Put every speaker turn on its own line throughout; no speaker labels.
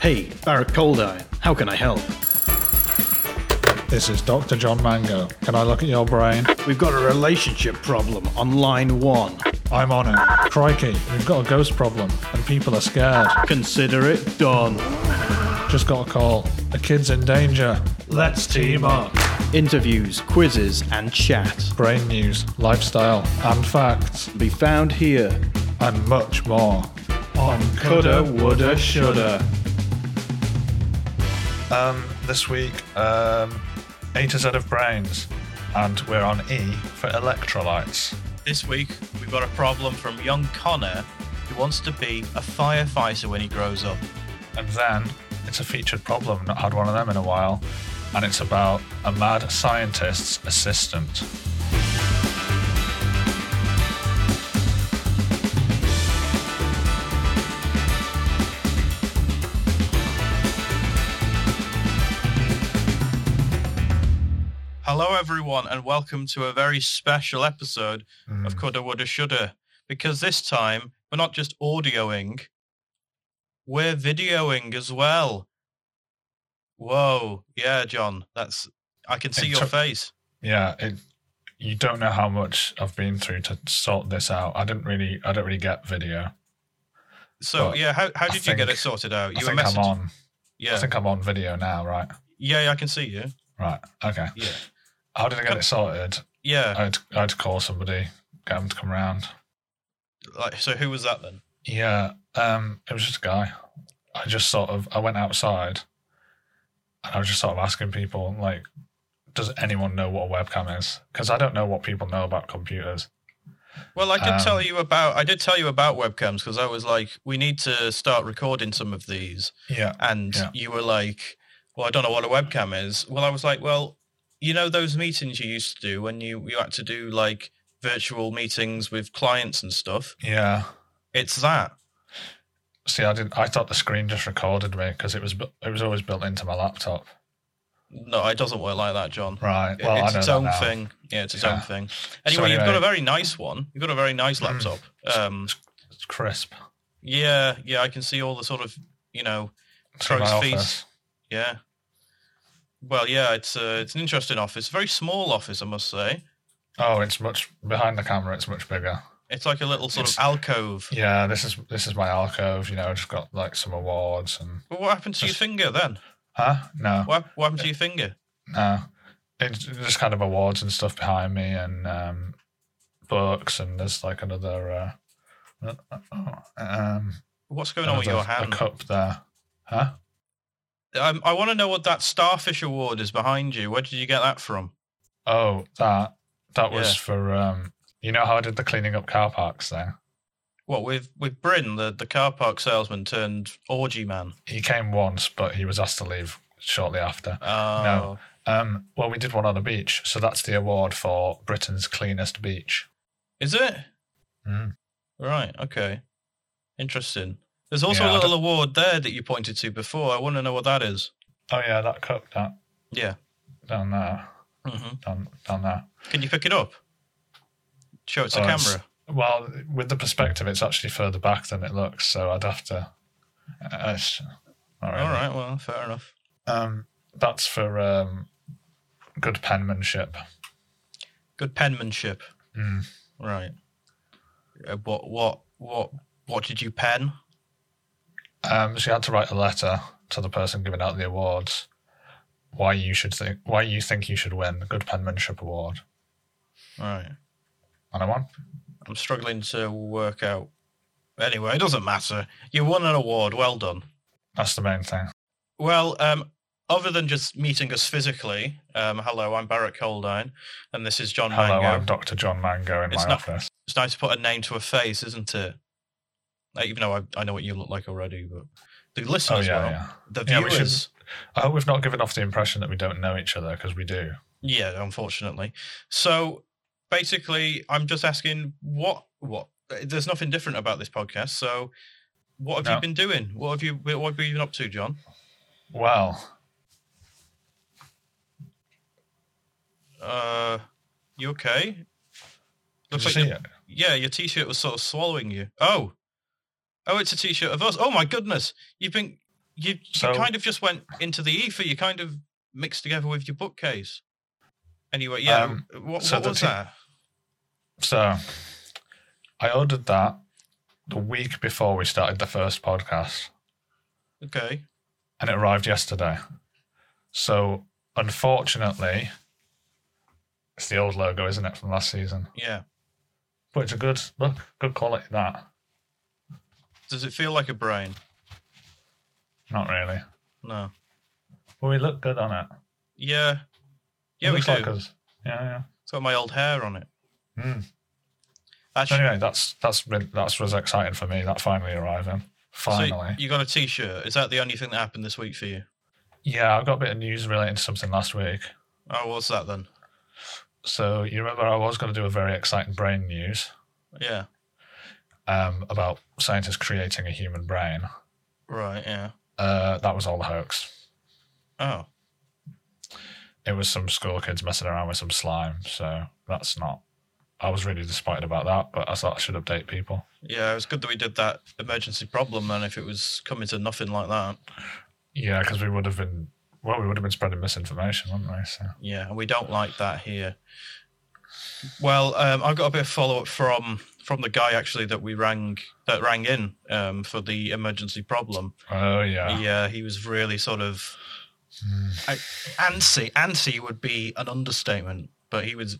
Hey, Barrack Coldeye, how can I help?
This is Dr. John Mango. Can I look at your brain?
We've got a relationship problem on line one.
I'm on it. Crikey, we've got a ghost problem, and people are scared.
Consider it done.
Just got a call. A kid's in danger.
Let's team up. Interviews, quizzes, and chat
Brain news, lifestyle, and facts,
be found here
and much more.
on Coulda, Woulda, Shoulda.
Um, this week, um, A to Z of brains, and we're on E for electrolytes.
This week, we've got a problem from young Connor, who wants to be a firefighter when he grows up.
And then it's a featured problem, not had one of them in a while, and it's about a mad scientist's assistant.
Hello, everyone, and welcome to a very special episode of
Mm.
Coulda, Woulda, Shoulda, because this time we're not just audioing, we're videoing as well. Whoa, yeah, John, that's I can see
It
your
took-
face.
Yeah, it, you don't know how much I've been through to sort this out. I didn't really, I don't really get video.
So
but
yeah, how, how
I
did you get
think-
it sorted out?
I
You were
think I'm
messaging.
on. I
Yeah,
think I'm on video now, right?
yeah, yeah, I can see you.
Right. Okay.
Yeah,
How did I get it sorted?
yeah.
I had, I had to call somebody, get them to come round.
Like, so who was that then?
Yeah, um, it was just a guy. I just sort of I went outside, and I was just sort of asking people like, "Does anyone know what a webcam is?" Because I don't know what people know about computers.
Well, I did
Um,
tell you about I did tell you about webcams because I was like, we need to start recording some of these,
Yeah,
and
Yeah.
you were like, well, I don't know what a webcam is. Well, I was like, well, you know those meetings you used to do when you you had to do like virtual meetings with clients and stuff.
yeah.
It's that.
See, I didn't. I thought the screen just recorded me because it was bu- it was always built into my laptop.
No, it doesn't work like that, John.
Right.
It-
Well, I
it's
know
its
that
own
now.
thing. Yeah, it's its own
Yeah.
thing. Anyway, you've got
anyway-
a very nice one. You've got a very nice
Mm.
laptop. Um,
It's crisp.
yeah, yeah, I can see all the sort of you know
It's in my
Crow's feet.
office.
Yeah. Well, yeah, it's uh, it's an interesting office. Very small office, I must say.
Oh, it's much behind the camera. It's much bigger.
It's like a little sort
It's-
of alcove.
Yeah, this is this is my alcove. You know, I just got like some awards and
But what happened to your
Just-
finger then?
huh? No,
What, hap- what happened to your finger?
no. It's just kind of awards and stuff behind me and um, books and there's like another uh, um
What's going on with
another-
your
a
hand?
cup there. Huh?
Um, I want to know what that starfish award is behind you. Where did you get that from?
Oh, that that was
Yeah.
for um. You know how I did the cleaning up car parks thing?
What with with Bryn, the, the car park salesman turned orgy man.
He came once, but he was asked to leave shortly after.
Oh,
Um, well, we did one on a beach, so that's the award for Britain's cleanest beach.
is it
Mm.
right? Okay, interesting. There's also
Yeah,
a
I
little award there that you pointed to before. I want to know what that is.
Oh yeah, that cup that
Yeah.
down there,
hmm
down down there.
Can you pick it up? Show it to
Oh, it's-
camera.
Well, with the perspective, it's actually further back than it looks, so I'd have to. Uh, it's- not really.
All right. Well, fair enough.
Um, that's for um, good penmanship.
Good penmanship.
Mm.
Right. Uh, what? What? What? What did you pen?
Um, so you had to write a letter to the person giving out the awards. Why you should think? Why you think you should win the Good Penmanship Award?
Right.
And I won.
I'm struggling to work out. Anyway, it doesn't matter. You won an award. Well done.
That's the main thing.
Well, um, other than just meeting us physically, um, hello, I'm Barrett Coldine, and this is John
Hello,
Mango.
I'm Dr. John Mango in
It's
my
not-
office.
It's nice to put a name to a face, isn't it? Like, even though I, I know what you look like already, but the
Oh
listeners
yeah,
will.
yeah.
The
Yeah, we
viewers.
should- I hope we've not given off the impression that we don't know each other because we do.
Yeah, unfortunately. So basically, I'm just asking what what. eh, There's nothing different about this podcast. So, what have you
No.
been doing? What have you what have you been up to, John?
Well,
Uh, you okay?
did
Looks
you
like
see
your,
it?
yeah, your t-shirt was sort of swallowing you. Oh, oh, it's a t-shirt of us. Oh my goodness, you've been you, you
So-
kind of just went into the ether. You kind of mixed together with your bookcase. Anyway, yeah.
Um,
what
so
what
the
was
t-
that?
So I ordered that the week before we started the first podcast.
Okay.
and it arrived yesterday. So unfortunately, it's the old logo, isn't it, from last season?
Yeah.
But it's a good look, good quality. That
Does it feel like a brain?
not really,
No.
but we look good on it.
Yeah.
It
Yeah, we
looks
do.
Like us. Yeah,
It's got my old hair on it.
yeah. Mm. So
Actually,
anyway, that's that's really, that's was exciting for me. That finally arriving. Finally.
so you got a T-shirt. Is that the only thing that happened this week for you?
yeah, I got a bit of news relating to something last week.
Oh, what's that then?
So you remember I was going to do a very exciting brain news
Yeah.
um, about scientists creating a human brain.
Right. Yeah.
Uh, that was all a hoax.
Oh.
it was some school kids messing around with some slime. So that's not. I was really disappointed about that, but I thought I should update people.
Yeah. It was good that we did that emergency problem. Then, if it was coming to nothing like that.
Yeah, because we would have been well, we would have been spreading misinformation, wouldn't we? So
Yeah, and we don't like that here. Well, um, I've got a bit of follow up from from the guy actually that we rang that rang in um, for the emergency problem.
oh yeah,
Yeah, he was really sort of
Mm.
antsy. Antsy would be an understatement, but he was.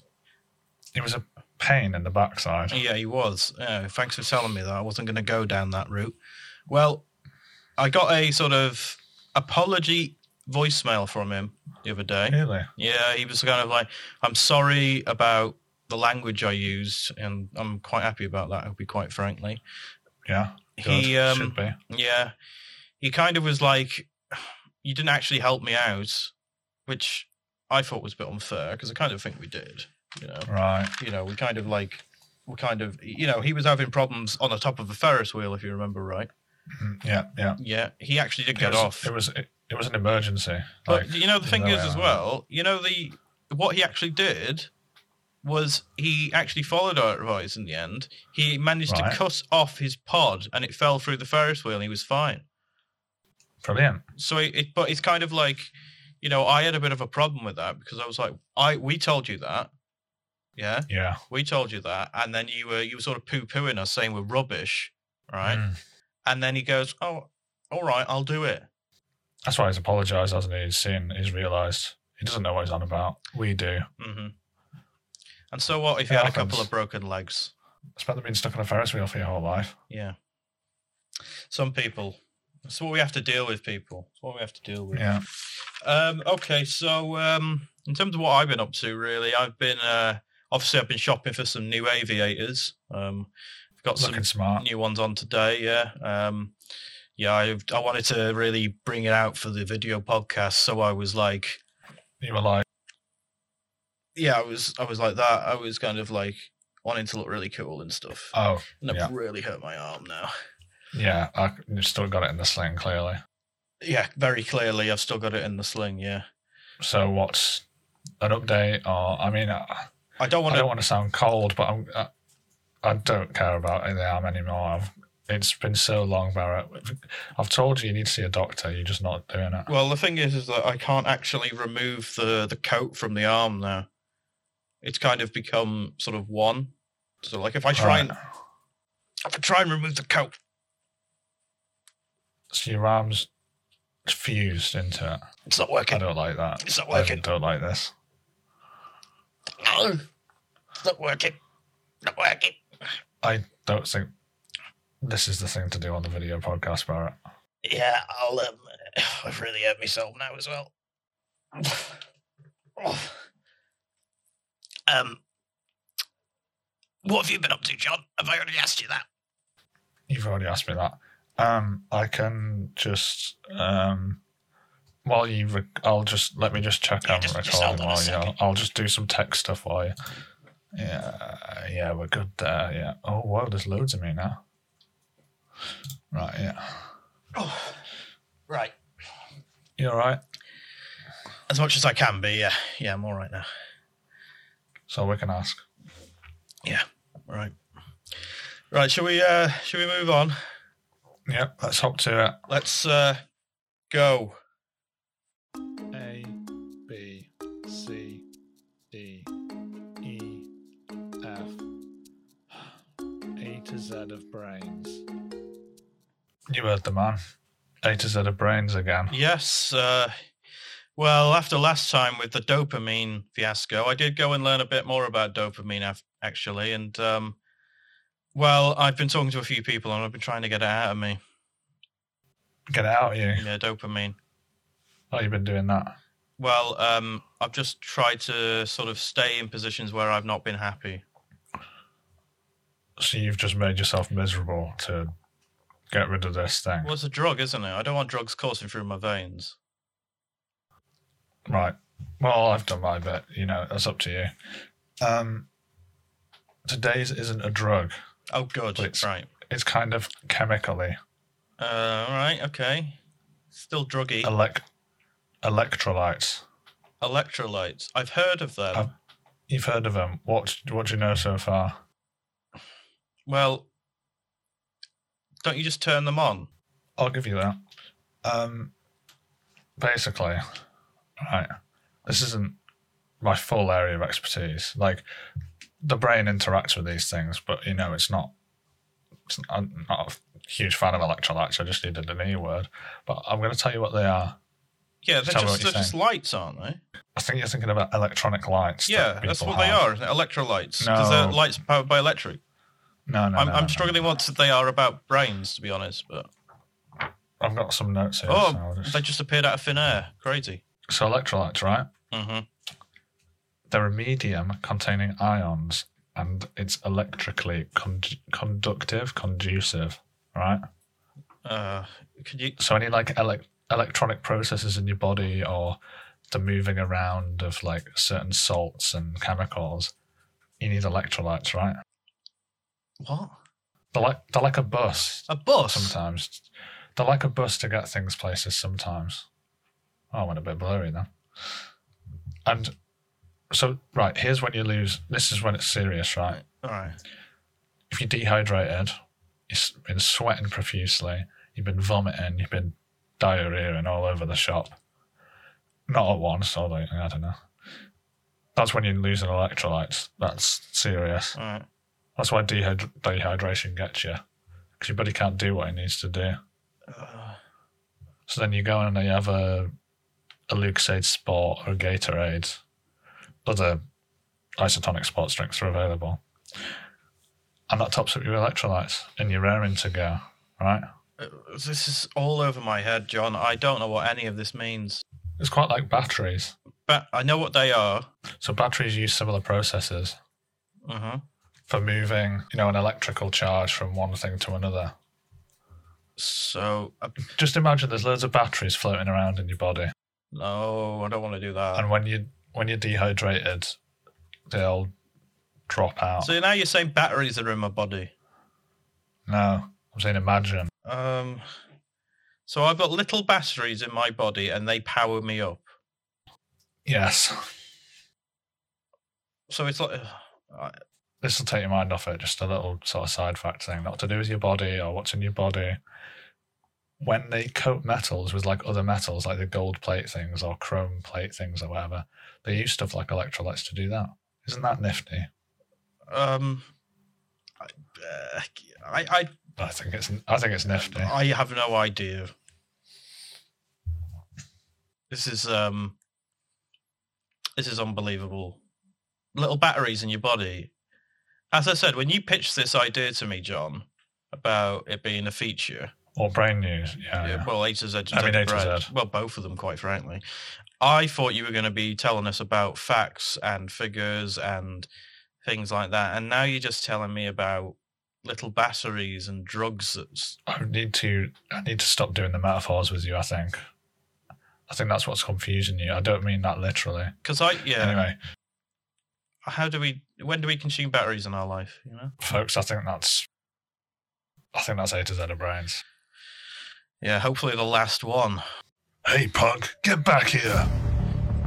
it was a pain in the backside.
Yeah, he was. Yeah, thanks for telling me that. I wasn't going to go down that route. Well, I got a sort of apology voicemail from him the other day.
Really?
Yeah, he was kind of like, I'm sorry about the language I used, and I'm quite happy about that, I'll be quite frankly.
Yeah. Good.
He, um,
should be.
yeah, he kind of was like, You didn't actually help me out, which I thought was a bit unfair because I kind of think we did, you know.
Right.
You know, we kind of like, we kind of, you know, he was having problems on the top of a Ferris wheel, if you remember right.
Mm, Yeah. Yeah.
Yeah, he actually did get
it was,
off.
It was it, it was an emergency. Like
But you know
there's
the thing
no
is
way
as
around
well. You know the what he actually did was he actually followed our advice in the end. He managed
Right.
to cut off his pod and it fell through the Ferris wheel and he was fine.
brilliant.
So it, it but it's kind of like you know I had a bit of a problem with that because I was like I we told you that. Yeah,
Yeah.
we told you that and then you were you were sort of poo-pooing us saying we're rubbish, right?
Mm.
And then he goes, "Oh, all right, I'll do it."
That's why he's apologised, hasn't he? He's seen. He's realised. He doesn't know what he's on about. We do.
hmm And so what if you
It
had a
happens.
couple of broken legs?
It's better than being stuck on a Ferris wheel for your whole life.
Yeah. Some people. That's what we have to deal with, people. That's what we have to deal with.
Yeah.
Um, okay, so um, in terms of what I've been up to, really, I've been uh, obviously I've been shopping for some new aviators. Um, I've got some
Looking smart.
new ones on today. Yeah. Um, yeah, I, I wanted to really bring it out for the video podcast, so I was like,
You were like,
yeah, I was, I was like that. I was kind of like wanting to look really cool and stuff.
oh,
and I've
yeah.
really hurt my arm now.
yeah, I you've still got it in the sling, clearly.
Yeah, very clearly, I've still got it in the sling. Yeah.
So, what's an update? Or, I mean, I,
I don't
I
want
don't
to.
want to sound cold, but I'm, I, I don't care about the arm anymore. I've, it's been so long, Barrett. I've told you you need to see a doctor. You're just not doing it.
Well, the thing is, is that I can't actually remove the the coat from the arm now. It's kind of become sort of one. So, like, if I try and
Right.
if I try and remove the coat,
So, your arm's fused into it.
it's not
I
working.
don't like that.
It's not
I
working.
don't like this.
No, it's not working. Not working.
I don't think this is the thing to do on the video podcast, Barrett.
Yeah, I'll. Um, I've really hurt myself now as well. um, what have you been up to, John? Have I already asked you that?
You've already asked me that. Um, I can just um, while you, rec- I'll just let me just check
Yeah,
I'm
just- just
recording
hold on a
while you.
second.
I'll just do some tech stuff while you. Yeah, yeah, we're good there. Yeah. Oh wow, there's loads of me now. Right. Yeah.
Oh, right.
You all right?
As much as I can be, yeah. Yeah, I'm all right now.
So we can ask.
All right. Right, shall we uh shall we move on?
Yep. Let's hop to it.
Let's uh Go.
A, B, C, D, E, F. A to Z of brains. You heard the man. A to Z of brains again.
Yes. Uh, well, after last time with the dopamine fiasco, I did go and learn a bit more about dopamine, af- actually. And, um, well, I've been talking to a few people and I've been trying to get it out of me.
Get it out of you.
Yeah, dopamine.
Oh, you've been doing that.
Well, um, I've just tried to sort of stay in positions where I've not been happy.
So you've just made yourself miserable to get rid of this thing.
Well, it's a drug, isn't it? I don't want drugs coursing through my veins.
Right. Well, I've done my bit. You know, that's up to you. Um, today's isn't a drug.
Oh, good.
Please.
Right.
It's kind of chemically
Uh, all right. Okay. Still druggy.
elec- electrolytes.
Electrolytes. I've heard of them.
Oh. You've heard of them. What What do you know so far?
Well, don't you just turn them on?
I'll give you that. Um, basically, right. This isn't my full area of expertise. Like, the brain interacts with these things, but you know, it's not. It's, I'm not a huge fan of electrolytes. I just needed an E word, but I'm going to tell you what they are.
Yeah, they're
Tell me
just
what you're
they're just lights, aren't they?
I think you're thinking about electronic lights. that
yeah, that's
people
what they
have.
are. isn't it? Electrolytes. Because they're
No.
lights powered by electric.
No, no,
I'm,
no,
I'm
no.
struggling what they are about brains, to be honest. But
I've got some notes here. so,
oh,
I'll just-
they just appeared out of thin air. Crazy.
so electrolytes, right?
hmm
They're a medium containing ions, and it's electrically con- conductive, conducive, right?
Uh, could you?
So any like elec electronic processes in your body or the moving around of like certain salts and chemicals, you need electrolytes, right?
What?
They're like they're like a bus
A bus?
sometimes. They're like a bus to get things places sometimes. Oh, I went a bit blurry then. And so, right, here's when you lose. This is when it's serious, right?
All right.
If you're dehydrated, you've been sweating profusely, you've been vomiting, you've been diarrheaing all over the shop. Not at once, although, I don't know. That's when you're losing electrolytes. That's serious.
All right.
That's why dehyd- dehydration gets you, because your body can't do what it needs to do.
Uh,
So then you go in and you have a a Lucasade Sport or a Gatorade. Other isotonic sports drinks are available. And that tops up your electrolytes and you're raring to go, right?
uh, this is all over my head, John. I don't know what any of this means.
It's quite like batteries.
But I know what they are.
So batteries use similar processes
Uh-huh.
for moving, you know, an electrical charge from one thing to another.
So, uh,
Just imagine there's loads of batteries floating around in your body.
no, I don't want to do that.
And when you when you're dehydrated, they'll drop out.
So now you're saying batteries are in my body.
no. I'm saying imagine.
Um, so I've got little batteries in my body and they power me up.
Yes.
So it's like,
this will take your mind off it. Just a little sort of side fact thing, not to do with your body or what's in your body. When they coat metals with like other metals, like the gold plate things or chrome plate things or whatever, they use stuff like electrolytes to do that. Isn't that nifty?
um, I, uh, I,
I think it's I think it's nifty.
I, I have no idea. This is um, this is unbelievable. Little batteries in your body. As I said, when you pitched this idea to me, John, about it being a feature,
Or brain news, yeah.
Yeah,
Oh, yeah.
well, A to Z.
I mean, A to
bread.
Z.
Well, both of them, quite frankly. I thought you were going to be telling us about facts and figures and things like that, and now you're just telling me about little batteries and drugs. That's
I need to I need to stop doing the metaphors with you. I think. I think that's what's confusing you. I don't mean that literally.
because I yeah.
Anyway,
How do we? When do we consume batteries in our life? You know.
folks, I think that's I think that's A to Z of brains.
Yeah. Hopefully, the last one.
Hey, punk, get back here.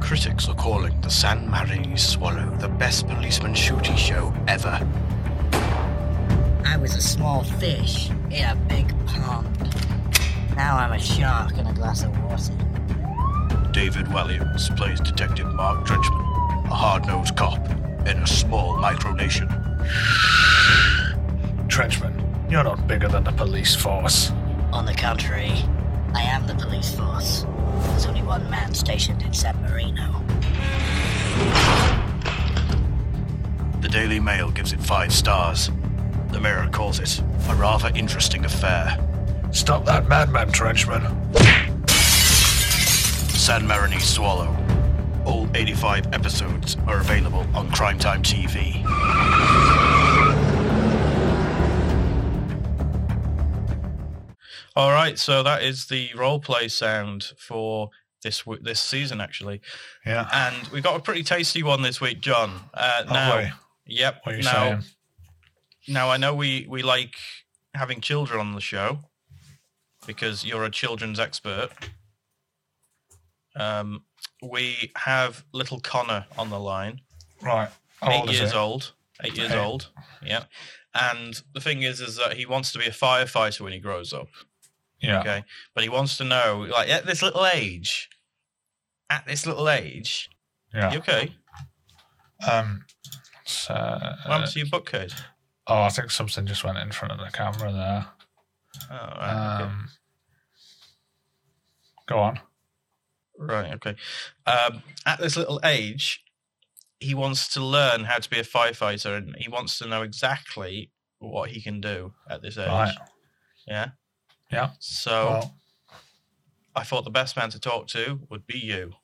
Critics are calling the San Marinese Swallow the best policeman shooty show ever.
I was a small fish in a big pond. Now I'm a shark in a glass of water.
David Williams plays Detective Mark Trenchman, a hard nosed cop in a small micronation.
Trenchman, you're not bigger than the police force.
On the contrary, I am the police force. There's only one man stationed in San Marino.
The Daily Mail gives it five stars. The Mirror calls it a rather interesting affair.
Stop that madman, Trenchman.
San Marinese Swallow. All 85 episodes are available on Crimetime TV.
All right, so that is the role play sound for this w- this season actually,
Yeah.
and we got a pretty tasty one this week, John. Uh,
Oh,
now,
boy,
yep.
what are you
now,
saying?
now I know we we like having children on the show because you're a children's expert. Um, we have little Connor on the line.
Right. How
eight
old is
years
he?
old. Eight years
Eight.
old. Yeah. And the thing is, is that he wants to be a firefighter when he grows up.
Yeah.
Okay. But he wants to know, like, at this little age, at this little age,
Yeah.
you okay?
Um. so-
What
Uh,
happened to your bookcase?
oh, I think something just went in front of the camera there.
Oh, right. okay.
Um, go on.
Right. Okay. Um, at this little age, he wants to learn how to be a firefighter and he wants to know exactly what he can do at this age.
Right.
Yeah.
Yeah.
So
Well,
I thought the best man to talk to would be you.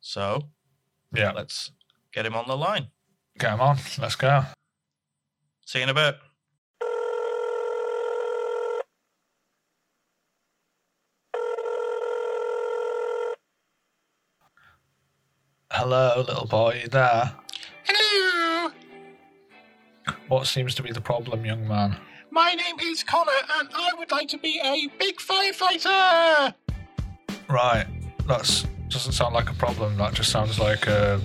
So
yeah.
let's get him on the line.
Get him on. Let's go.
See you in a bit.
Hello, little boy. You there?
Hello!
What seems to be the problem, young man?
My name is Connor, and I would like to be a big firefighter!
Right. That's doesn't sound like a problem. That just sounds like uh,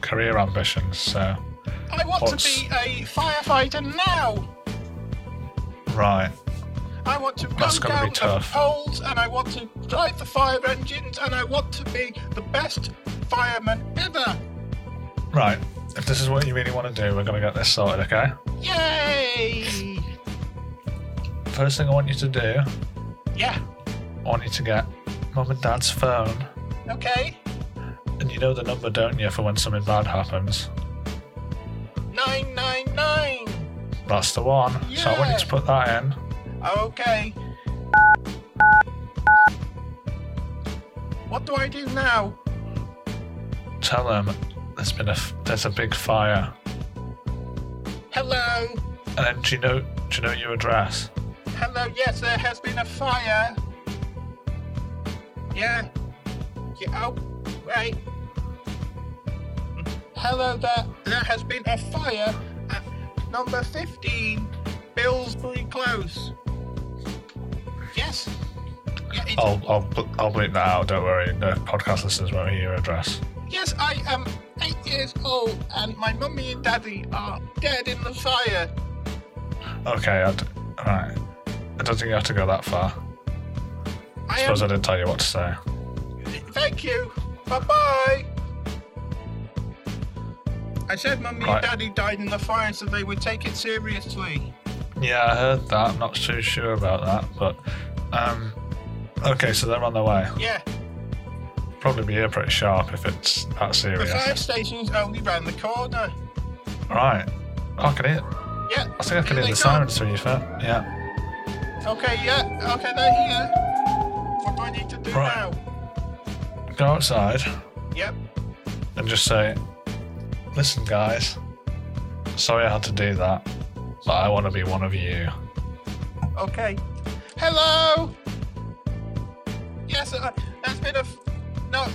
career ambitions. So.
I want to
Boss.
be a firefighter now!
Right.
I want to go
That's gonna be
down the
tough.
poles, and I want to drive the fire engines, and I want to be the best fireman ever!
Right. If this is what you really want to do, we're gonna get this sorted. Okay.
Yay!
First thing I want you to do,
Yeah,
I want you to get mum and dad's phone,
okay.
and you know the number, don't you, for when something bad happens.
999!
That's the one. So I want you
Yeah.
to put that in.
Okay. What do I do now?
Tell them there's been a f- there's a big fire.
Hello?
And then do you know do you know your address?
Hello, yes, there has been a fire. Yeah. yeah oh, wait. Hello there, there has been a fire at number 15, Billsbury Close. Yes. Yeah, it's,
I'll I'll bl- I'll bleep that out. Don't worry. The podcast listeners won't hear your address.
Yes, I am eight years old, and my mummy and daddy are dead in the fire.
Okay. I'd, all right. I don't think you have to go that far.
I
I
am.
suppose I didn't tell you what to say.
Thank you. Bye bye. I said mummy
Right.
and daddy died in the fire, so they would take it seriously.
Yeah, I heard that. I'm not too sure about that, but um, okay. So they're on their way.
Yeah,
Probably be here pretty sharp if it's that
the fire
serious.
station's only round the corner.
Right. Oh, I can hear.
Yeah,
I think I can
Here
hear
they
the
come.
sirens through your phone. Yeah.
okay, yeah, okay, they're here. What do I need to do
Right.
now?
Go outside
Yep,
and just say, "Listen, guys. Sorry I had to do that, but I want to be one of you."
okay. Hello! Yes, uh, there's been a. F- no,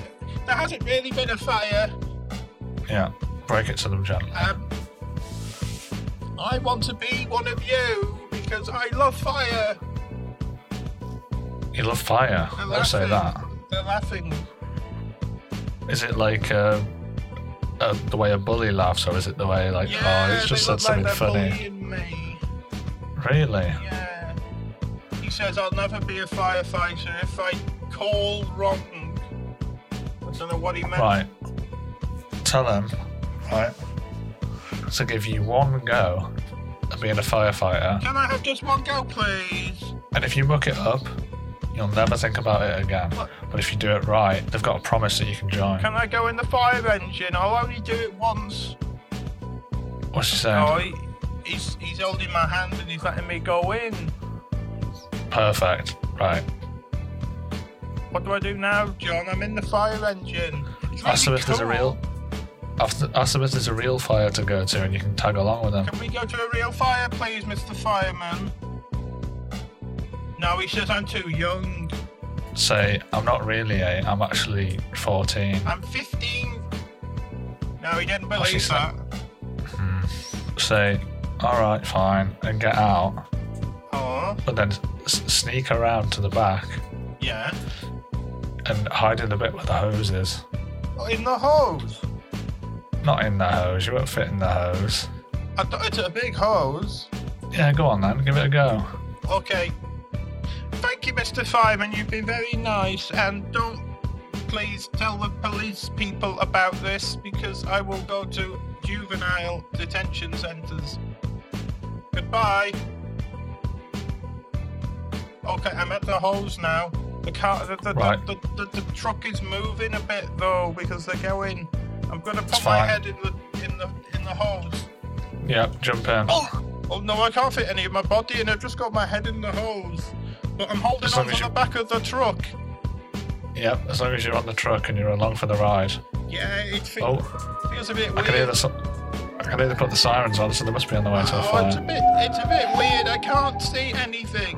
there hasn't really been a fire.
Yeah. Break it to them gently.
Um, I want to be one of you because I love fire.
You love fire.
They're
Don't say that.
laughing. They're laughing.
Is it like uh, uh, the way a bully laughs, or is it the way like,
Yeah,
oh, he's just
they
said something
look like they're
funny?
bullying me.
Really?
Yeah. He says, I'll never be a firefighter if I call wrong. I don't know what he meant.
Right. Tell them, right, to give you one go at being a firefighter,
Can I have just one go, please?
and if you muck it up, you'll never think about it again. But if you do it right, they've got a promise that you can join.
Can I go in the fire engine? I'll only do it once.
What's she saying?
Oh, he, he's, he's holding my hand and he's letting me go in.
Perfect. Right.
What do I do now, John? I'm in the fire engine. It's
Ask them
really
if there's a
cool.
real. Ask th- ask them if there's a real fire to go to, and you can tag along with them.
Can we go to a real fire, please, Mr. Fireman? No, he says I'm too young.
Say, I'm not really eight. I'm actually 14.
I'm 15. No, he didn't
What's he
believe that.
Say, all right, fine, and get out.
Oh,
But then s- sneak around to the back
yeah.
and hide in the bit where the hose is.
In the hose.
Not in the hose. You won't fit in the hose.
I thought it's a big hose.
Yeah, go on then. Give it a go.
Okay. Thank you, Mr. Fireman. You've been very nice. And don't please tell the police people about this because I will go to juvenile detention centres. Goodbye. Okay, I'm at the hose now. The car, the, the,
Right.
the, the, the, the truck is moving a bit though because they're going. I'm gonna put
It's
my
fine.
head in the in the in the hose.
Yep, jump in.
Oh, oh no, I can't fit any of my body in. I've just got my head in the hose. But I'm holding
As long
on to
as
the
you-
back of the truck.
Yep, as long as you're on the truck and you're along for the ride.
Yeah, it fe-
Oh,
feels a bit
I
weird.
can hear the. si- I can hear they put the sirens on, so they must be on the way to a
Oh, it's a
fire.
bit, it's a bit weird. I can't see anything.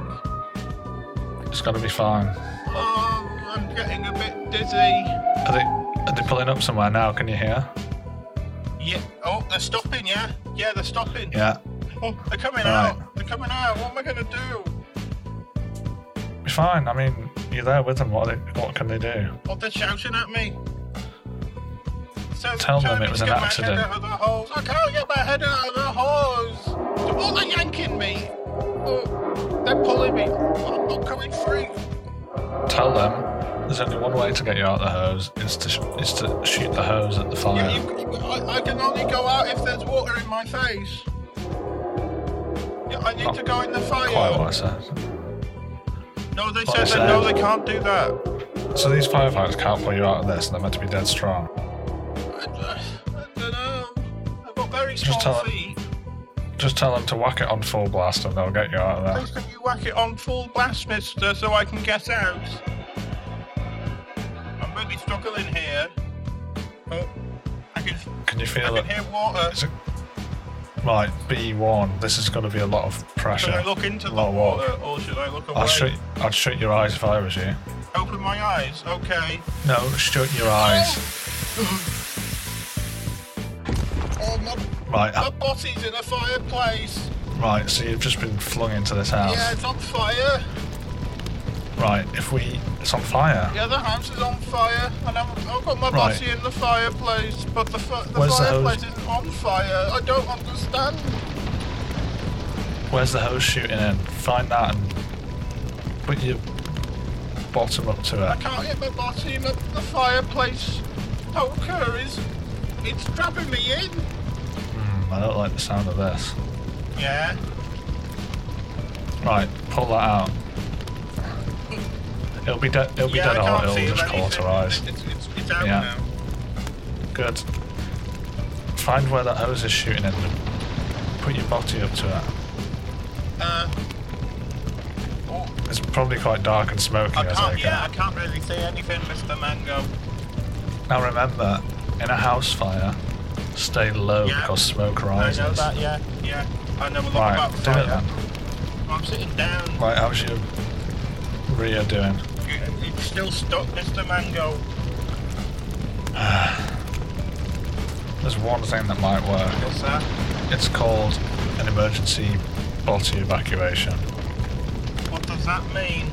It's got to be fine.
Oh, I'm getting a bit dizzy.
Are they, are they pulling up somewhere now? Can you hear?
Yeah. Oh, they're stopping. Yeah. Yeah, they're stopping.
Yeah.
Oh, they're coming
Right.
out. They're coming out. What am I gonna do?
It's fine. I mean, you're there with them. What, are they, what can they do?
Oh, they're shouting at me. So
Tell them
me
it was
to
an
get my
accident.
Head out of the hose. I can't get my head out of the hose. Oh, they're yanking me. Oh, they're pulling me. I'm not coming free.
Tell them there's only one way to get you out of the hose is to, sh- is to shoot the hose at the
Yeah,
fire.
you, I, I can only go out if there's water in my face. Yeah, I need
Not
to go in the fire.
Quite what I said.
No, they
what
said
I
that. No,
said.
they can't do that.
So these firefighters can't pull you out of this and they're meant to be dead strong.
I, don't know. I've got very
Just
small
tell 'em.
feet.
Just tell them to whack it on full blast and they'll get you out of there.
Please, can you whack it on full blast, mister, so I can get out? I'm really struggling here. Oh, I can,
Can you
I
feel
can
it?
hear water.
Is it? Right, be warned. This is going to be a lot of
Should
pressure.
I look into the
Lot of work.
water, or should I look away?
I'd shut, I'd shut your eyes if I was you.
Open my eyes, okay.
No, shut your eyes.
Oh, my,
Right, uh,
my body's in a fireplace.
right. So you've just been flung into this house.
Yeah, it's on fire.
Right, if we, it's on fire.
Yeah, the house is on fire, and I'm, I've got my
Right.
body in the fireplace, but the, fi- the
Where's the
fireplace
hose?
isn't on fire. I don't understand.
Where's the hose shooting in? Find that and put your bottom up to
I
it.
can't hit my body. My, the fireplace poker is. It's trapping me in.
Hmm, I don't like the sound of this.
Yeah.
Right, pull that out. It'll be dead. It'll be
yeah,
dead
I can't
hot. It'll
feel
just
anything.
cauterize.
It's, it's, it's out
Yeah.
now.
Good. Find where that hose is shooting in. and Put your body up to it.
Uh, oh,
It's probably quite dark and smoky.
I
I
can't.
take it.
Yeah, I can't really see anything, Mr. Mango.
Now remember, in a house fire, stay low
Yeah.
because smoke
I
rises.
know that. Yeah, yeah. I know a lot
Oh, Right,
about
do it
fire.
then.
I'm sitting down.
Right, how's your Rio doing?
It's still stuck, Mr. Mango.
There's one thing that might work.
What's that?
It's called an emergency body evacuation.
What does that mean?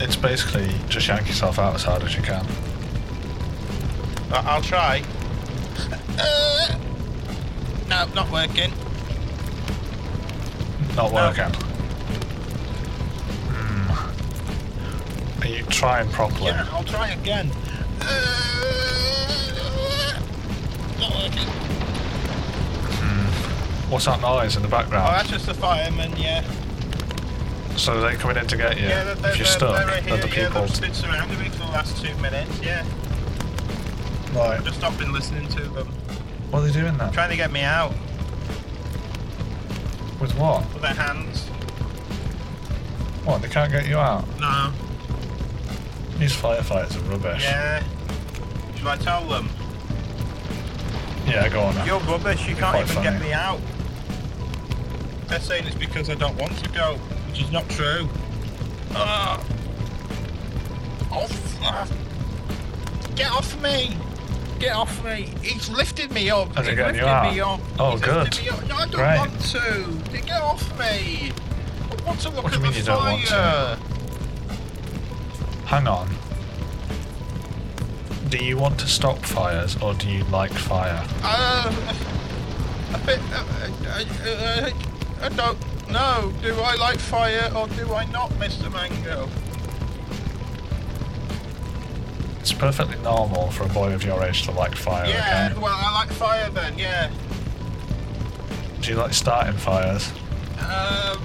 It's basically just yank yourself out as hard as you can.
I- I'll try. Uh, no, not working.
Not working. Hmm. Are you trying properly?
Yeah, I'll try again. Oh, Uh, Lord.
What's that noise in the
Oh,
background?
that's just the firemen, yeah.
So they're coming in to get you.
Yeah, they're, they're,
if you're
they're-
stuck,
they're
then the
here, yeah,
people.
they've been surrounding me for the last two minutes, yeah. I've
right.
just not been listening to them.
What are they doing that?
Trying to get me out
With what?
with their hands.
What? They can't get you out.
No.
These firefighters are rubbish.
Yeah. Should I tell them?
Yeah, go on.
You're rubbish, you can't
quite
even
funny.
get me out. They're saying it's because I don't want to go, which is not true. Ah. Oh, f- Get off me! Get off me! He's lifted me up.
Has he
He's
gotten you
lifted
out?
me up.
Oh,
He's
good.
lifted me up. No, I don't
Great.
want to. They Get off me! I want to look
What do you
at
mean
the
you don't
fire.
want to? Hang on. Do you want to stop fires or do you like fire?
Uh, a bit. Uh, uh, uh, I don't know. Do I like fire or do I not, Mr. Mango?
It's perfectly normal for a boy of your age to like fire.
yeah,
Okay?
well, I like fire then, yeah.
Do you like starting fires?
Um,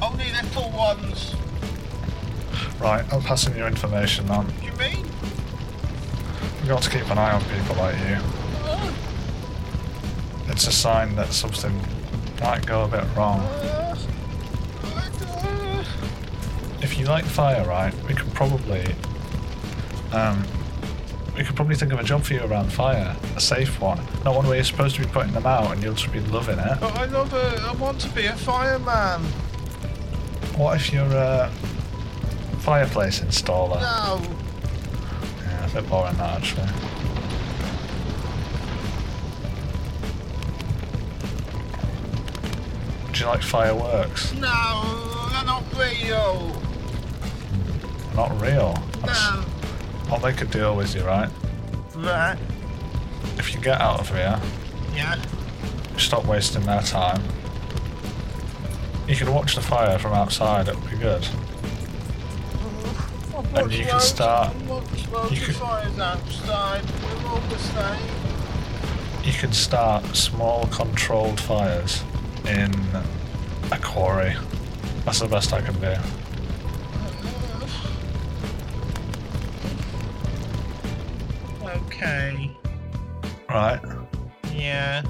only little ones.
Right, I'm passing your information on.
Do you mean?
You've got to keep an eye on people like you.
Uh,
It's a sign that something might go a bit wrong.
uh, uh,
If you like fire, right, we could probably, um, we could probably think of a job for you around fire, a safe one, not one where you're supposed to be putting them out and you'll just be loving it.
but I love it. I want to be a fireman.
What if you're a fireplace installer?
No.
Yeah, a bit boring that actually. Do you like fireworks?
No, they're not real.
Not real. That's
No.
what they could deal with you, right?
Right.
If you get out of here,
Yeah.
stop wasting their time. You can watch the fire from outside, it would be good. And you can start- you
You
can-
fires outside. We're all the same.
You can start small controlled fires in a quarry. That's the best I can do.
Okay.
Right.
Yeah.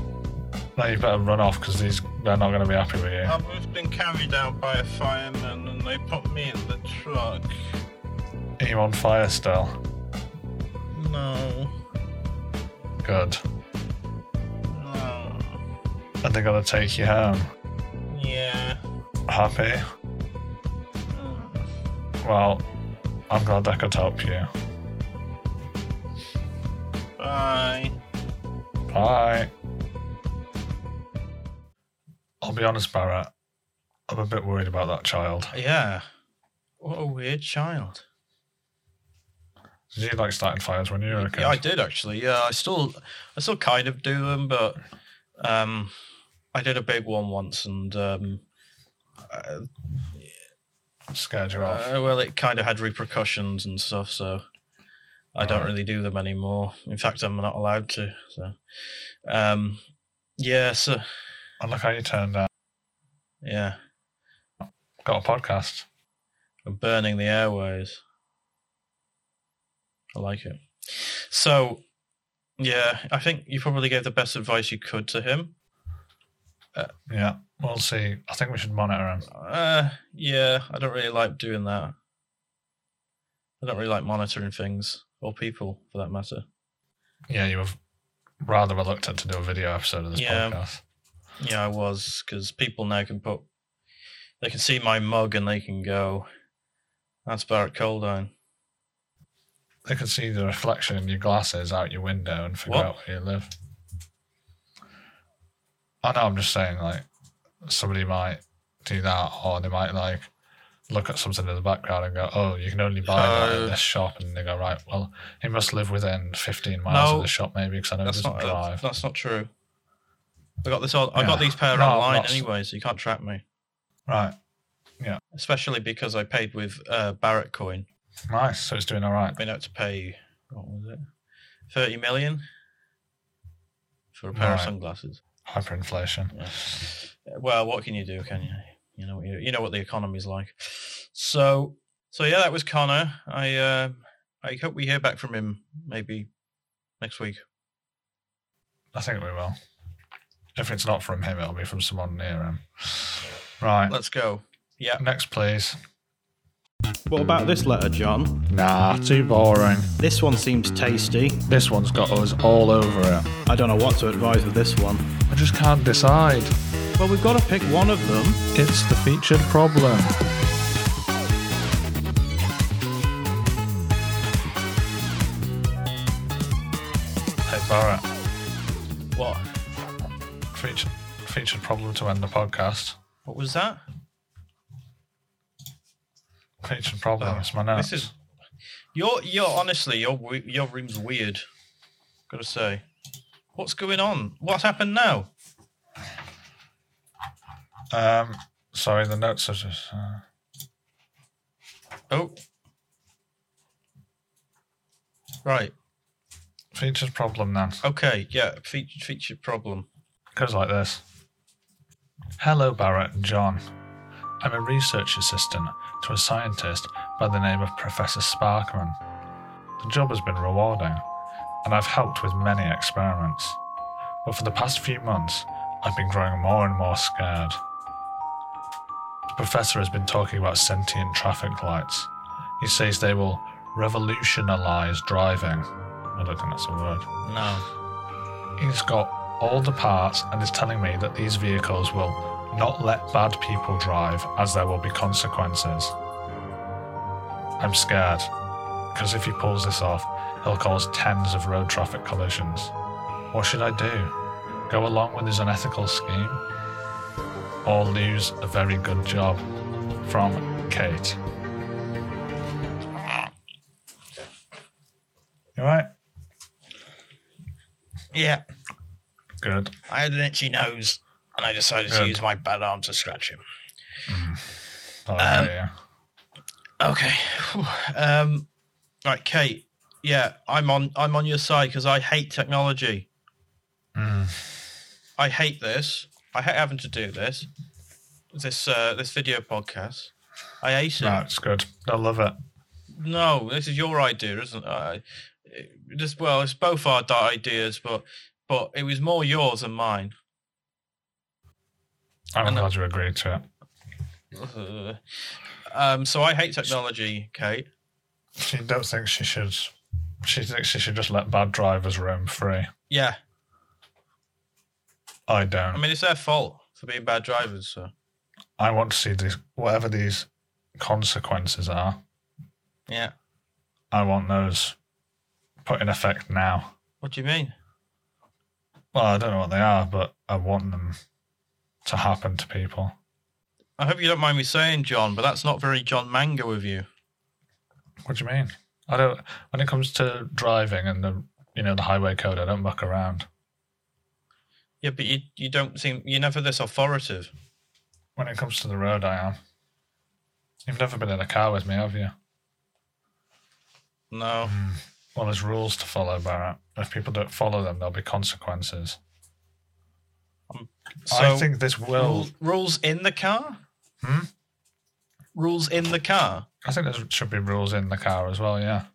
Now you better run off because these they're not going to be happy with you.
I've just been carried out by a fireman, and they put me in the truck.
Are you on fire still?
No.
Good.
No.
And they're going to take you home.
Yeah.
Happy? Well, I'm glad I could help you.
Bye.
Bye. I'll be honest, Barrett. I'm a bit worried about that child.
Yeah.
What a weird child.
Did you like starting fires when you were a kid?
Yeah, I did actually. Yeah, I still, I still kind of do them, but um, I did a big one once, and um, uh,
Scared you off.
uh, well, it kind of had repercussions and stuff. So I don't
Right.
really do them anymore. In fact, I'm not allowed to. So, um, yeah, so
And look how you turned out.
yeah,
Got a podcast.
I'm burning the airways. I like it. So, yeah, I think you probably gave the best advice you could to him.
Yeah. We'll see. I think we should monitor him.
Uh, yeah, I don't really like doing that. I don't really like monitoring things or people, for that matter.
Yeah, you were rather reluctant to do a video episode of this
Yeah.
podcast.
Yeah, I was because people now can put, they can see my mug and they can go, "That's Barrett Coldine."
They could see the reflection in your glasses out your window and figure
What?
out where you live. I know, I'm just saying, like, somebody might do that, or they might, like, look at something in the background and go, oh, you can only buy that
No.
in this shop. And they go, right, well, he must live within 15 miles
No.
of the shop, maybe, because I know he
That's
doesn't
not
drive.
that's, that's not true. I got this. On, I
Yeah.
got these pair
No, I'm
online
not s-
anyway, so you can't track me.
Right. Yeah.
Especially because I paid with uh, Barrett coin.
Nice. So it's doing all right.
I've been out to pay what was it, thirty million for a pair of
Right.
sunglasses.
Hyperinflation.
Yeah. Well, what can you do? Can you? You know, what you, you know what the economy's like. So, so yeah, that was Connor. I uh, I hope we hear back from him maybe next week.
I think we will. If it's not from him, it'll be from someone near him. Right.
Let's go. Yeah.
Next, please.
What about this letter, John?
Nah, too boring.
This one seems tasty.
This one's got us all over it.
I don't know what to advise with this one.
I just can't decide.
Well, we've got to pick one of them.
It's the featured problem. Hey, Barrett.
What?
Featured, featured problem to end the podcast.
What was that?
Featured problem.
Oh,
it's my notes.
This is your your honestly your we- your room's weird. Gotta say, what's going on? What's happened now?
Um, sorry, the notes are just. Uh,
Oh, right.
featured problem then.
Okay. Yeah. Feature feature problem.
goes like this Hello, Barrett and John. I'm a research assistant to a scientist by the name of Professor Sparkman. The job has been rewarding, and I've helped with many experiments. But for the past few months, I've been growing more and more scared. The professor has been talking about sentient traffic lights. He says they will revolutionize driving. I don't think that's a word.
No.
He's got all the parts and is telling me that these vehicles will not let bad people drive as there will be consequences. I'm scared because if he pulls this off, he'll cause tens of road traffic collisions. What should I do? Go along with his unethical scheme? Or lose a very good job? From Kate. You alright?
Yeah.
Good.
I had an itchy nose, and I decided
Good.
to use my bad arm to scratch him.
Oh,
Um,
yeah.
Okay. Phew. Um. Right, Kate. Yeah, I'm on. I'm on your side because I hate technology.
Mm.
I hate this. I hate having to do this. This uh, this video podcast. I hate it.
That's good. I love it.
No, this is your idea, isn't it? I- it- This well, it's both our di- ideas, but but it was more yours than mine.
I'm
And-
glad you agreed to it.
Ugh. Um, so I hate technology, Kate.
She don't think she should. She thinks she should just let bad drivers roam free.
Yeah,
I don't.
I mean it's their fault for being bad drivers. So
I want to see these whatever these consequences are.
yeah.
I want those put in effect now.
What do you mean?
Well, I don't know what they are, but I want them to happen to people.
I hope you don't mind me saying, John, but that's not very John Mango of you.
What do you mean? I don't. When it comes to driving and the you know the highway code, I don't muck around.
Yeah, but you you don't seem you're never this authoritative.
When it comes to the road, I am. You've never been in a car with me, have you?
No.
Well, there's rules to follow, Barrett. If people don't follow them, there'll be consequences.
So
I think this will.
rules, rules in the car.
Hmm?
Rules in the car.
I think there should be rules in the car as well. Yeah.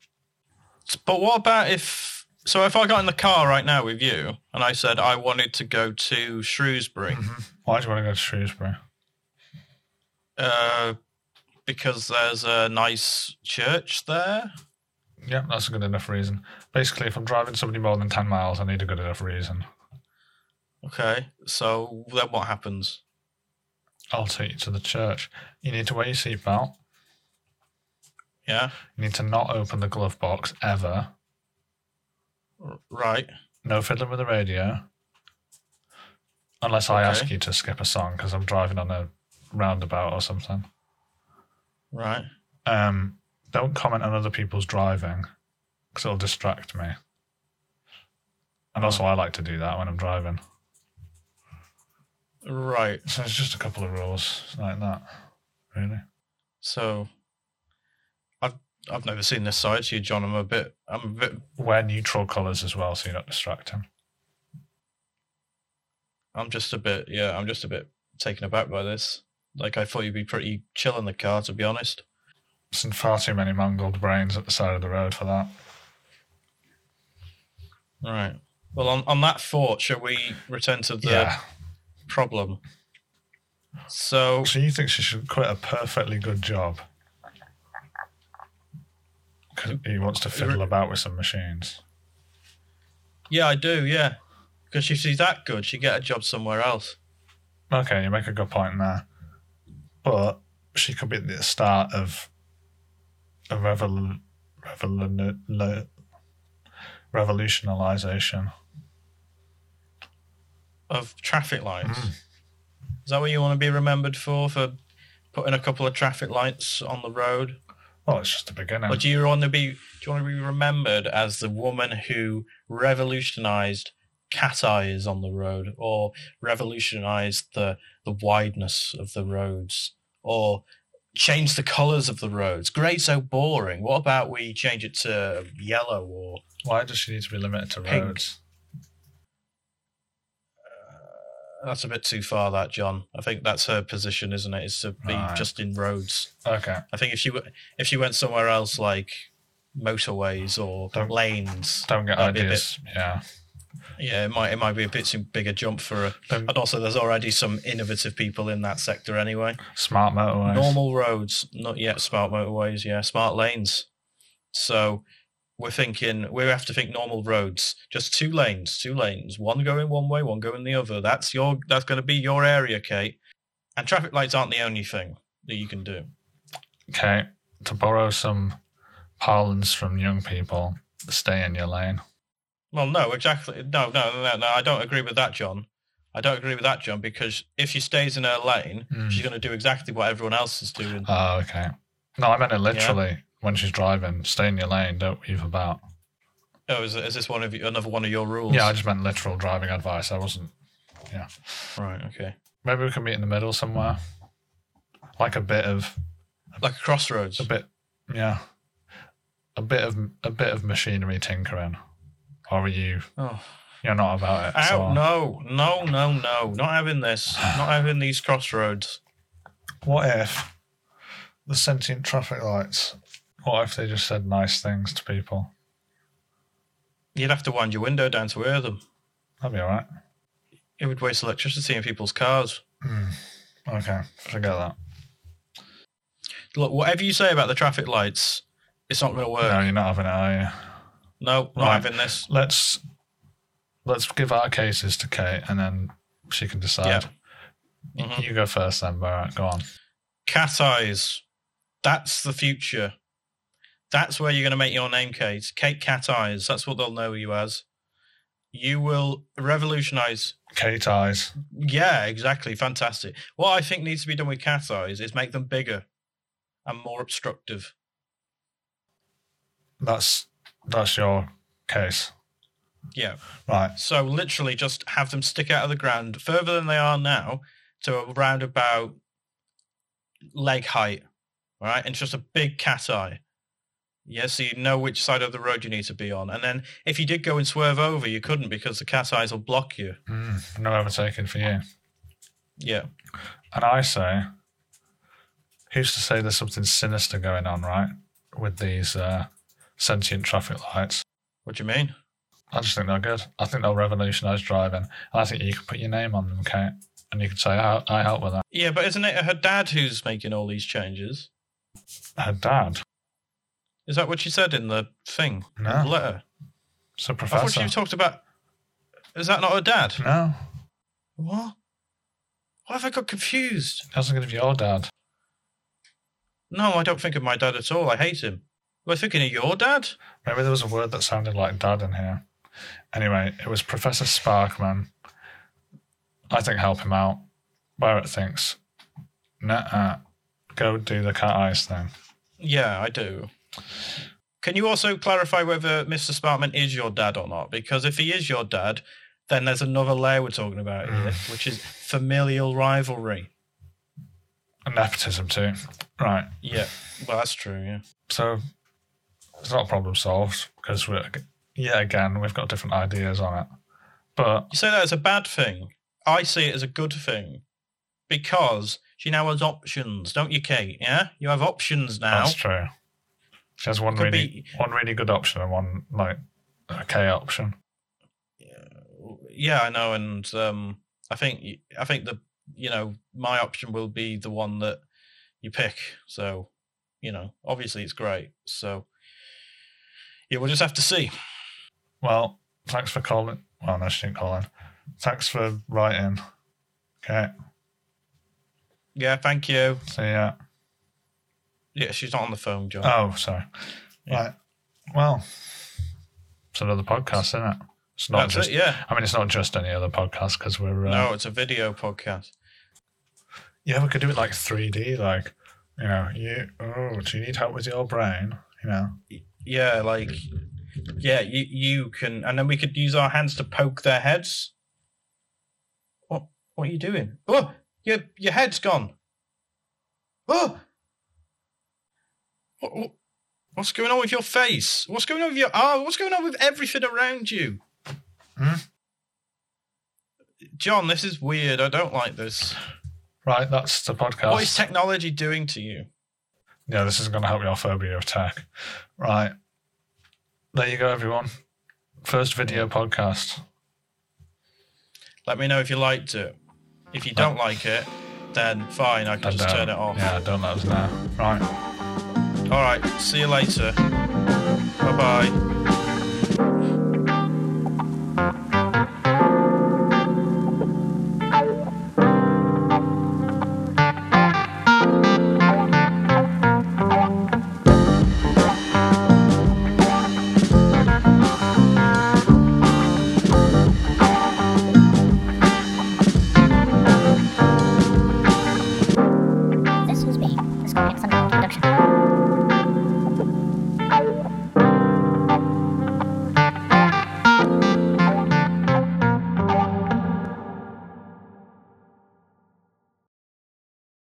But what about if? So if I got in the car right now with you and I said I wanted to go to Shrewsbury,
Hmm. Why do you want to go to Shrewsbury?
uh, because there's a nice church there.
Yeah, that's a good enough reason. Basically, if I'm driving somebody more than ten miles, I need a good enough reason.
Okay. So then what happens?
I'll take you to the church. You need to wear your seatbelt.
Yeah.
You need to not open the glove box ever.
R- Right.
No fiddling with the radio. Unless I
Okay.
ask you to skip a song because I'm driving on a roundabout or something.
Right.
um, don't comment on other people's driving because it'll distract me. And also, I like to do that when I'm driving.
Right.
So it's just a couple of rules like that, really.
So I've I've never seen this side to you, John. I'm a bit I'm a bit
Wear neutral colours as well, so you don't distract him.
I'm just a bit yeah, I'm just a bit taken aback by this. Like I thought you'd be pretty chill in the car to be honest.
There's far too many mangled brains at the side of the road for that.
All right. Well on, on that thought, shall we return to the
yeah.
problem? So
So you think she should quit a perfectly good job? Because he wants to fiddle about with some machines.
yeah, I do, yeah. Because if she's that good, she'd get a job somewhere else.
Okay, you make a good point there. But she could be at the start of a revol- revol- le- revolutionalization.
of traffic lights. Is that what you want to be remembered for? For putting a couple of traffic lights on the road?
Well, it's just the beginning.
Or do you want to be do you want to be remembered as the woman who revolutionized cat eyes on the road or revolutionized the the wideness of the roads or changed the colors of the roads? Grey's so boring. What about we change it to yellow or
Why does she need to be limited to
Pink.
roads?
that's a bit too far that John. I think that's her position, isn't it? Is to be
Right.
just in roads.
Okay.
I think if you w- if you went somewhere else like motorways or
Don't-
lanes,
Don't get
That'd be a
ideas. Yeah.
yeah, it might it might be a bit too big a jump for a.
Don't-
And also, there's already some innovative people in that sector anyway.
smart motorways.
Normal roads, not yet smart motorways. Yeah, smart lanes. So we're thinking we have to think normal roads, just two lanes, two lanes, one going one way, one going the other. That's your that's going to be your area, Kate. And traffic lights aren't the only thing that you can do.
Okay. To borrow some parlance from young people, stay in your lane.
Well, no, exactly. No, no, no, no. I don't agree with that, John. I don't agree with that, John, because if she stays in her lane,
Mm.
she's going to do exactly what everyone else is doing.
Oh, okay. No, I meant it literally when she's driving. Stay in your lane. Don't weave about.
oh, is, is this one of you, another one of your rules?
Yeah, I just meant literal driving advice. I wasn't. Yeah.
right. Okay.
Maybe we can meet in the middle somewhere. Like a bit of
Like a crossroads.
a bit. Yeah. A bit of a bit of machinery tinkering. Or are you?
Oh,
You're not about it. so-
Ow, no, no, no, no! Not having this. Not having these crossroads.
What if the sentient traffic lights? What if they just said nice things to people?
You'd have to wind your window down to hear them.
That'd be all right.
It would waste electricity in people's cars.
Okay, forget that.
Look, whatever you say about the traffic lights, it's not going to
No,
work.
you're not having it, are you?
No, not
Right.
having this.
Let's let's give our cases to Kate, and then she can decide. Y-
Mhm.
You go first, then. All right, go on.
cat eyes. That's the future. That's where you're going to make your name, Kate. Kate Cat Eyes. That's what they'll know you as. You will revolutionize.
Kate eyes.
Yeah, exactly. Fantastic. What I think needs to be done with cat eyes is make them bigger and more obstructive.
That's that's your case,
Yeah.
right?
So literally just have them stick out of the ground further than they are now to around about leg height. All right. And it's just a big cat eye. Yeah, so you know which side of the road you need to be on. And then if you did go and swerve over, you couldn't because the cat eyes will block you.
Mm, no overtaking for you.
Yeah.
And I say, who's to say there's something sinister going on, right? With these uh, sentient traffic lights.
What do you mean?
I just think they're good. I think they'll revolutionise driving. And I think you could put your name on them, Kate. And you could say, I, I help with that.
Yeah, but isn't it her dad who's making all these changes?
Her dad.
Is that what she said in the thing? in
No.
The letter?
So,
I thought
Professor.
you talked about. Is that not her dad?
no,
What? Why have I got confused?
that's not going to be your dad.
No, I don't think of my dad at all. I hate him. We're thinking of your dad?
Maybe there was a word that sounded like dad in here. Anyway, it was Professor Sparkman. I think help him out. Barrett thinks, nah, go do the cat eyes thing.
Yeah, I do. Can you also clarify whether Mr. Sparkman is your dad or not? Because if he is your dad, then
Mm.
there's another layer we're talking about here, which is familial rivalry.
And nepotism too. Right.
Yeah. Well, that's true. Yeah.
So it's not a problem solved because we're yet again we've got different ideas on it. But
You say that as a bad thing. I see it as a good thing because she now has options, don't you, Kate? Yeah, you have options now.
that's true. She has one
Could
really
be-
one really good option and one like okay option.
yeah, I know, and um, I think I think the you know my option will be the one that you pick. So you know, obviously it's great. So yeah, we'll just have to see.
Well, thanks for calling. Well, no, she didn't call in. Thanks for writing. Okay.
Yeah, thank you.
See ya.
Yeah, she's not on the phone, John.
Oh, sorry.
Yeah.
Right. Well, it's another podcast, isn't it? It's not
That's
just.
it. Yeah.
I mean, it's not just any other podcast because we're. Uh,
No, it's a video podcast.
Yeah, we could do it like 3D, like, you know, you, oh, do you need help with your brain? You know,
Yeah, like yeah, you you can, and then we could use our hands to poke their heads. What what are you doing? Oh, your your head's gone. Oh, what, what- what's going on with your face? What's going on with your arm? What's going on with everything around you?
Hmm?
John, this is weird. I don't like this.
right, that's the podcast.
What is technology doing to you?
yeah, this isn't going to help your phobia of tech. Right. There you go, everyone. First video podcast.
Let me know if you liked it. If you don't like it, then fine, I can
And,
just
uh,
turn it off.
Yeah, don't let us know. Right.
All right, see you later. Bye bye.